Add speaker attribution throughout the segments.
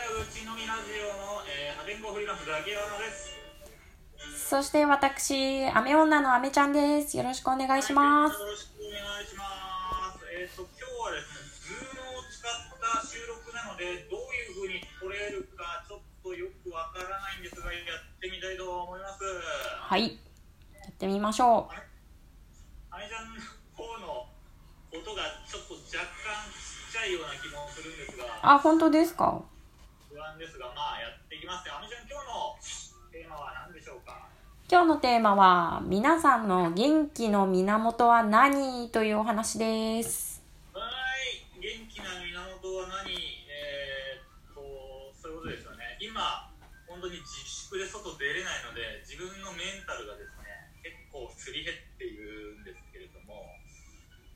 Speaker 1: ミラジオの、えー、破天荒フリーランスザキヤマです。
Speaker 2: そして私、アメ女のアメちゃんです。よろしくお願いし
Speaker 1: よ
Speaker 2: ます。
Speaker 1: ろしくお願いします。えっ、と今日はですね、ズームを使った収録なのでどういう風に撮れるかちょっとよくわからないんですがやってみたいと思います。ア
Speaker 2: はい。やってみましょ
Speaker 1: メちゃんの方の音がちょっと若干ちっちゃいような気もするんです
Speaker 2: う。
Speaker 1: が
Speaker 2: あ、本当ですか
Speaker 1: 不安ですがまあやっていきますね。アメちゃん今日のテーマは何でしょうか。
Speaker 2: 今日のテーマは、皆さんの元気の源は何というお話です。
Speaker 1: はーい、元気な源は何えー、っと、そういうことですよね。今、本当に自粛で外出れないので、自分のメンタルがですね、結構すり減っているんですけれども、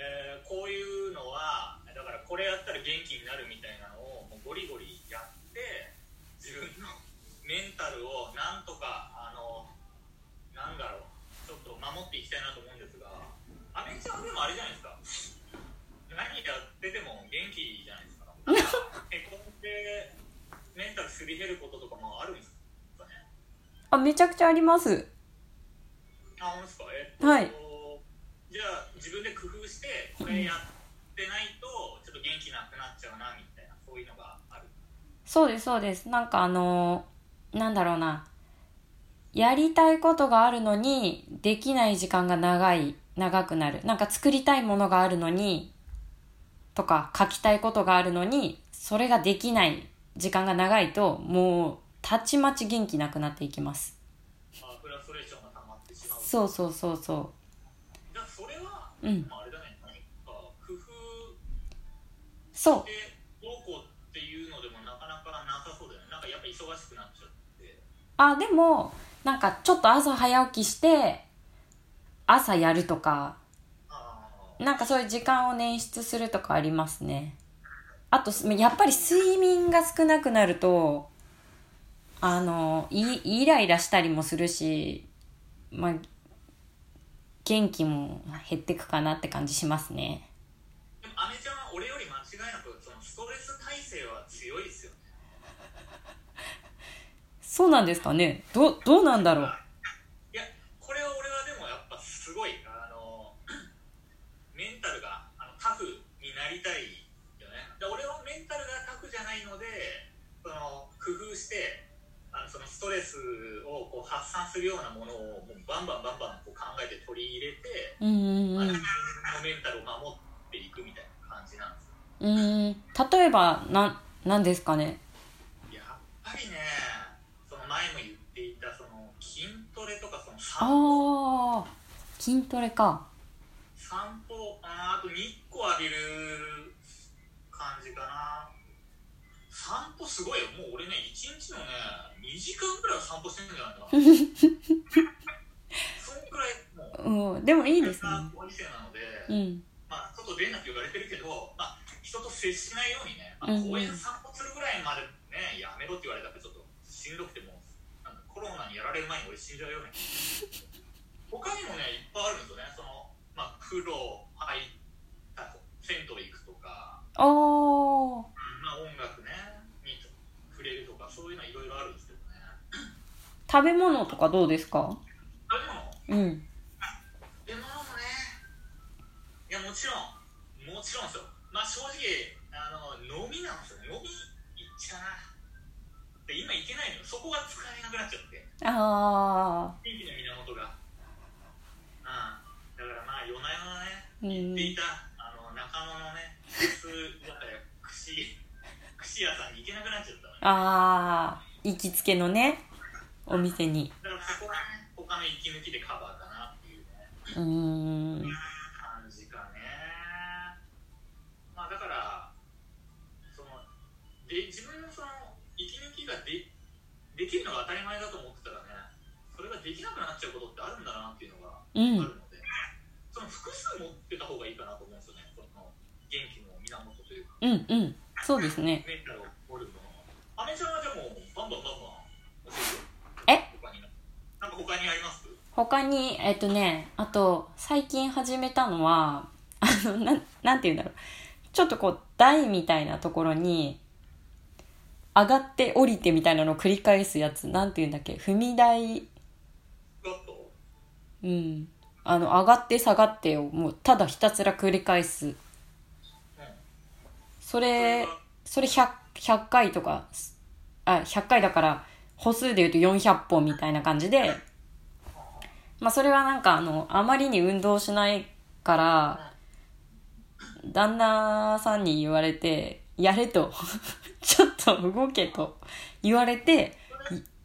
Speaker 1: えーこういうのは、だからこれやったら元気になるみたいなのを、もうゴリゴリやって、自分のメンタルをなんとか、あの、なんだろう、ちょっと守っていきたいなと思うんですが、アメちゃんでもあれじゃないですか。何やってても元気じゃないです か。結婚でメンタルすり減ることとかもあるんですかね。
Speaker 2: あ、めちゃくちゃあります。
Speaker 1: あ、ほんですか。えっと、
Speaker 2: はい
Speaker 1: じゃあ自分で工夫してこれやってないとちょっと元気なくなっちゃうなみたいなそういうのがある。
Speaker 2: そうです、そうです。なんかあのーなんだろうな。やりたいことがあるのに、できない時間が長い、長くなる。なんか作りたいものがあるのに、とか書きたいことがあるのに、それができない時間が長いと、もう、たちまち元気なくなっていきます。
Speaker 1: まあフラストレーションが溜まってしまう。じ
Speaker 2: そうそうそうそ
Speaker 1: ゃあそれは、
Speaker 2: う。うん。
Speaker 1: まあ、あれだね。何か工夫
Speaker 2: そう。
Speaker 1: でどうこうっていうのでもなかなかなさそうだよね。なんかやっぱ忙しくなっちゃって。
Speaker 2: あでもなんかちょっと朝早起きして朝やるとか
Speaker 1: ああ。
Speaker 2: なんかそういう時間を捻出するとかありますねあとすやっぱり睡眠が少なくなるとあのいイライラしたりもするしまあ元気も減ってくかなって感じしますね
Speaker 1: でもアメちゃんは俺より間違いなくそのストレス耐性は強いですよね
Speaker 2: そうなんですかねどどうなんだろう
Speaker 1: いやこれは俺はでもやっぱすごいあの メンタルがあのタフになりたいよねで俺はメンタルがタフじゃないのでその工夫してあのそのストレスをこう発散するようなものをもうバンバンバンバンこう考えて取り入れて、
Speaker 2: うんうんう
Speaker 1: あの
Speaker 2: ん
Speaker 1: メンタルを守っていくみたいな感じなんですよ
Speaker 2: うーん例えばななんですかね
Speaker 1: やっぱりねその前も言っていたその筋トレとかその散歩
Speaker 2: ああ筋トレか
Speaker 1: 散歩あーあと日光浴びる感じかな散歩すごいよもう俺ね一日のね2時間ぐらいは散歩してるんじゃないかな そんくらいもう
Speaker 2: うんでもいいですね
Speaker 1: ご時世なので、
Speaker 2: うん
Speaker 1: まあ外出んなって言われてるけど、まあ、人と接しないようにね、まあ、
Speaker 2: うんうん
Speaker 1: 公園散歩するぐらいまでね、やめろって言われたらちょっとしんどくてもうなんかコロナにやられる前に俺死んじゃうよね 他にもねいっぱいあるんですよねその、まあ、風呂入った銭湯行くとか、
Speaker 2: あー
Speaker 1: まあ、音楽ねに触れるとかそういうのいろいろあるんですけどね
Speaker 2: 食べ物とかどうですか
Speaker 1: あでも
Speaker 2: うん
Speaker 1: でもねいやもちろんもちろんですよまあ正直あの飲みなんですよ飲み行っちゃうなで今行けないのよそこが使えなくなっちゃって
Speaker 2: あ
Speaker 1: 元気の源がうんだからまあ夜な
Speaker 2: う
Speaker 1: 夜なね行
Speaker 2: ん
Speaker 1: っていた、あの中野のね普通だったら串串屋さんに行けなくなっちゃったのよ
Speaker 2: ああー行きつけのねお店に
Speaker 1: だからそこはね他の息抜きでカバーかなっていうね
Speaker 2: うーん
Speaker 1: 感じかねまあだからそので自分のその息抜きがでできるのが当たり前だと思ってたらねそれができなくなっちゃうことってあるんだなっていうのがあ
Speaker 2: う
Speaker 1: るの
Speaker 2: ん
Speaker 1: で、その複数持ってた方がいいかなと思うんですよねその元気の源というか
Speaker 2: うんうんそうですね
Speaker 1: メンタルを守るのアメちゃんはでもバンバンバンバン教
Speaker 2: え
Speaker 1: えてよ他になんか他にあります
Speaker 2: 他にえっとねあと最近始めたのはあのなんなんて言うんだろうちょっとこう台みたいなところに上がって降りてみたいなのを繰り返すやつ、なんて言うんだっけ、踏み台、
Speaker 1: スクワット
Speaker 2: うん。あの、上がって下がってをもうただひたすら繰り返す。それ、それ 100, 100回とか、あ、100回だから、歩数で言うと400本みたいな感じで、まあそれはなんかあの、あまりに運動しないから、旦那さんに言われて、やれと、 ちょっと動けと言われて、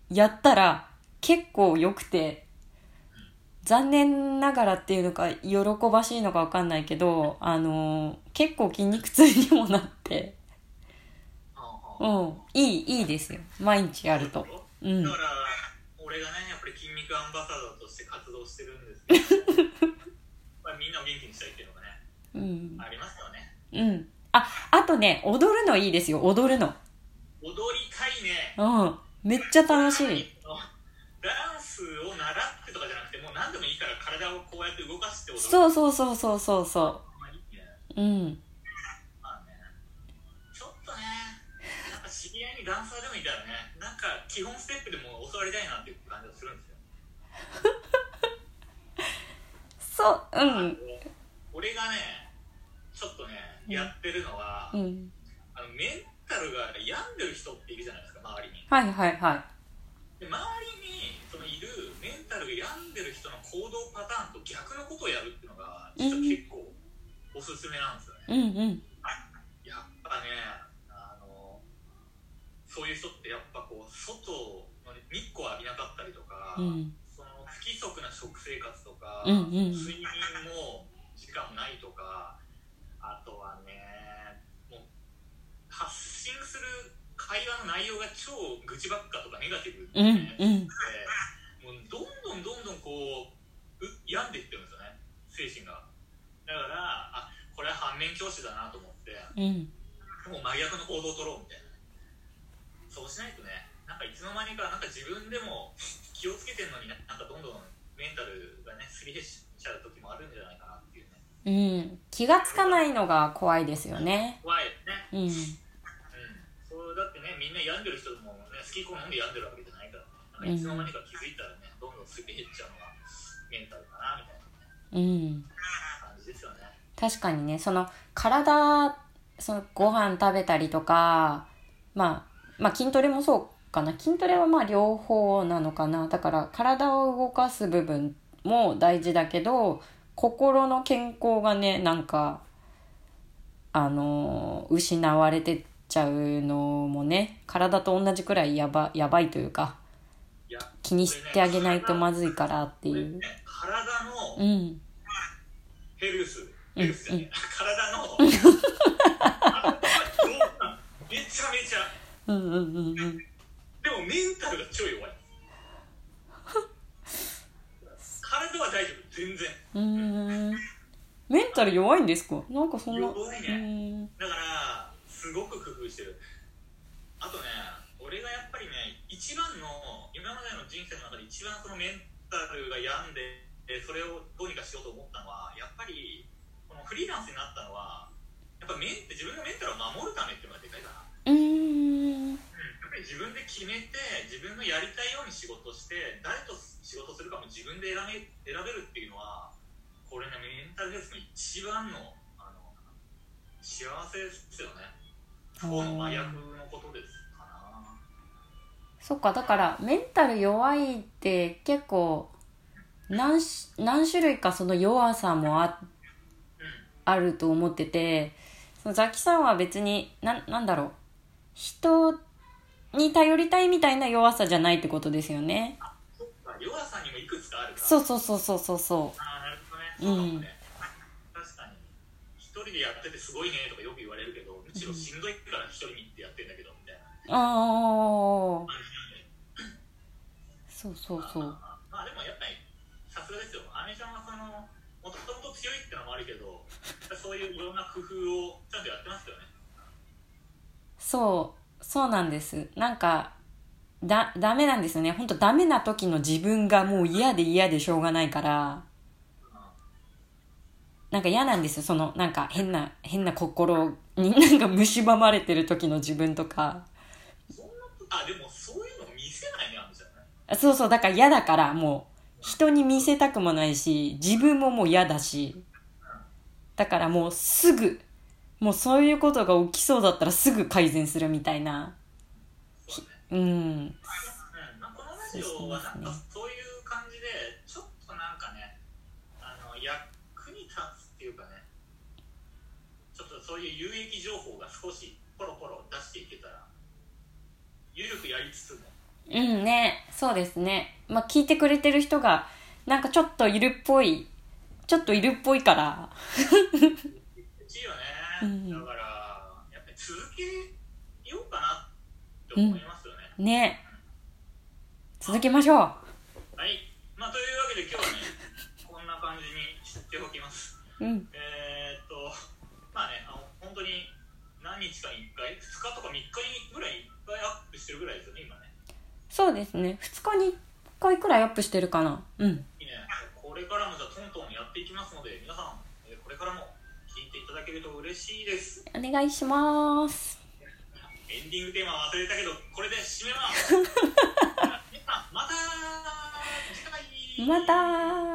Speaker 2: いやったら結構良くて、残念ながらっていうのか、喜ばしいのかわかんないけど、あの結構筋肉痛にもなって、
Speaker 1: うん
Speaker 2: うん、いい、いいですよ。毎日やると。うん
Speaker 1: だか。ら俺がねやっぱり筋肉アンバサダーとして活動してるんですけどまあみんなを元気にしたいっていうのがね
Speaker 2: うん。
Speaker 1: ありますよね
Speaker 2: うん。あ、あとね、踊るのいいですよ、踊るの。
Speaker 1: 踊りたいね
Speaker 2: うん。めっちゃ楽しい。
Speaker 1: ダンスを習ってとかじゃなくてもう何でもいいから体をこうやって動かして踊る
Speaker 2: そうそうそうそうそうそ
Speaker 1: まあいいね
Speaker 2: う。うん。
Speaker 1: まあねちょっとねなんか知り合いにダンサーでもいたらねなんか基本ステップでも教わりたいなっていう感じがするんですよ
Speaker 2: そう、うん。
Speaker 1: 俺がねちょっとねやってるのは、
Speaker 2: うん。
Speaker 1: あのメンタルが病んでる人っているじゃないですか周りに
Speaker 2: はいはいはい。
Speaker 1: で周りにそのいるメンタルが病んでる人の行動パターンと逆のことをやるっていうのが実は結構おすすめなんですよね、
Speaker 2: うんうん。
Speaker 1: やっぱねあのそういう人ってやっぱこう外の日光浴びなかったりとか、
Speaker 2: うん。
Speaker 1: その不規則な食生活とか、
Speaker 2: うんうん
Speaker 1: 睡眠も時間もないとかあとはねもう発信する会話の内容が超愚痴ばっかとかネガティブ
Speaker 2: う
Speaker 1: で、
Speaker 2: ん
Speaker 1: も
Speaker 2: うん。
Speaker 1: うどんどんどんどんこうう病んでいってるんですよね精神がだからあこれは反面教師だなと思って
Speaker 2: うん。
Speaker 1: もう真逆の行動を取ろうみたいなそうしないとねなんかいつの間にかなんか自分でも気をつけてるのにななんかどんどんメンタルがねすり減っちゃう時もあるんじゃないかなっていうね
Speaker 2: うん。気がつかないのが怖いですよね。
Speaker 1: 怖いよねう
Speaker 2: うん。
Speaker 1: んそうだってねみんな病んでる人もね好き好んで病んでるわけじゃないからなんかいつの間にか気づいたらねどんどんすり減っちゃうのがメンタルかなみたいな
Speaker 2: うん。
Speaker 1: 感じですよね
Speaker 2: 確かにねその体そのご飯食べたりとか、まあ、まあ筋トレもそうかな筋トレはまあ両方なのかなだから体を動かす部分も大事だけど心の健康がねなんかあのー失われてっちゃうのもね体と同じくらいやばやばいというか
Speaker 1: いや
Speaker 2: 気にしてあげないとまずいからって
Speaker 1: これ
Speaker 2: いう
Speaker 1: ね。体の
Speaker 2: うん
Speaker 1: ヘルス、
Speaker 2: うん
Speaker 1: ヘルスじゃねえ、体 のあめちゃめちゃ、
Speaker 2: うんうんうんうん
Speaker 1: でもメンタルが超弱い。体は大丈夫、全然。
Speaker 2: うーんメンタル弱いんですかなんかそんな。
Speaker 1: 弱いうね。
Speaker 2: ーん
Speaker 1: だから、すごく工夫してる。あとね、俺がやっぱりね、一番の、今までの人生の中で一番そのメンタルが病んで、でそれをどうにかしようと思ったのは、やっぱり、このフリーランスになったのは、やっぱメン自分のメンタルを守るためっていうのがでかいかな。
Speaker 2: うーん。
Speaker 1: やっぱり自分で決めて自分のやりたいように仕事して誰と仕事するかも自分で選べ選べるっていうのはこれねメンタルヘルスの一番のあの幸せですよね不幸の真逆のことですかな
Speaker 2: そっか、だからメンタル弱いって結構何し、何種類かその弱さもあ
Speaker 1: う
Speaker 2: あると思ってて、そのザキさんは別に、なん、なんだろう。人に頼りたいみたいな弱さじゃないってことですよ
Speaker 1: ん
Speaker 2: ね。
Speaker 1: そっか弱さにもいくつかあるから
Speaker 2: そうそうそうそうそうそ
Speaker 1: あーなるほどねそうかもね、確かに一人でやっててすごいねとかよく言われるけどむしろしんどいから一人にってやってんだけどみたいな
Speaker 2: う。ああ。そうそうそう。
Speaker 1: まあでもやっぱりさすがですよ姉ちゃんはそのもともと強いってのもあるけどそういういろんな工夫をちゃんとやってますよね
Speaker 2: そう、そうなんです。なんか、だ、ダメなんですよね。ほんとダメな時の自分がもう嫌で嫌でしょうがないから、なんか嫌なんですよ。その、なんか変な、変な心になんか蝕まれてる時の自分とか。
Speaker 1: そうあでもそういうの見せないねあんじゃない
Speaker 2: そうそう、だから嫌だから、もう、人に見せたくもないし、自分ももう嫌だし、だからもうすぐ、もうそういうことが起きそうだったらすぐ改善するみたいな。
Speaker 1: そうね
Speaker 2: うん。
Speaker 1: うんまあ、このラジオはなんかそういう感じでちょっとなんかねあの役に立つっていうかねちょっとそういう有益情報が少しポロポロ出していけたらゆるくやりつつも
Speaker 2: うんね、そうですね。まあ、聞いてくれてる人が、なんかちょっといるっぽい、ちょっといるっぽいから、
Speaker 1: 嬉しいよ
Speaker 2: う
Speaker 1: ね
Speaker 2: ん
Speaker 1: だからやっぱり続けようかなって思いますよね、
Speaker 2: ね。続けましょう。
Speaker 1: はいまあというわけで今日はね こんな感じにしておきます
Speaker 2: うん。
Speaker 1: えーっと、まあね、あの本当に何日かに1回、2日とか3日にぐらい1回アップしてるぐらいですよね、今ね。
Speaker 2: そうですね。2日に1回くらいアップしてるかな。うん。
Speaker 1: いいね、これからもじゃあトントンやっていきますので、皆さん、えーこれからも聞いていただけると嬉しいです。
Speaker 2: お願いします。
Speaker 1: エンディングテーマ忘れたけど、これで締めます。皆さんまた次回
Speaker 2: またー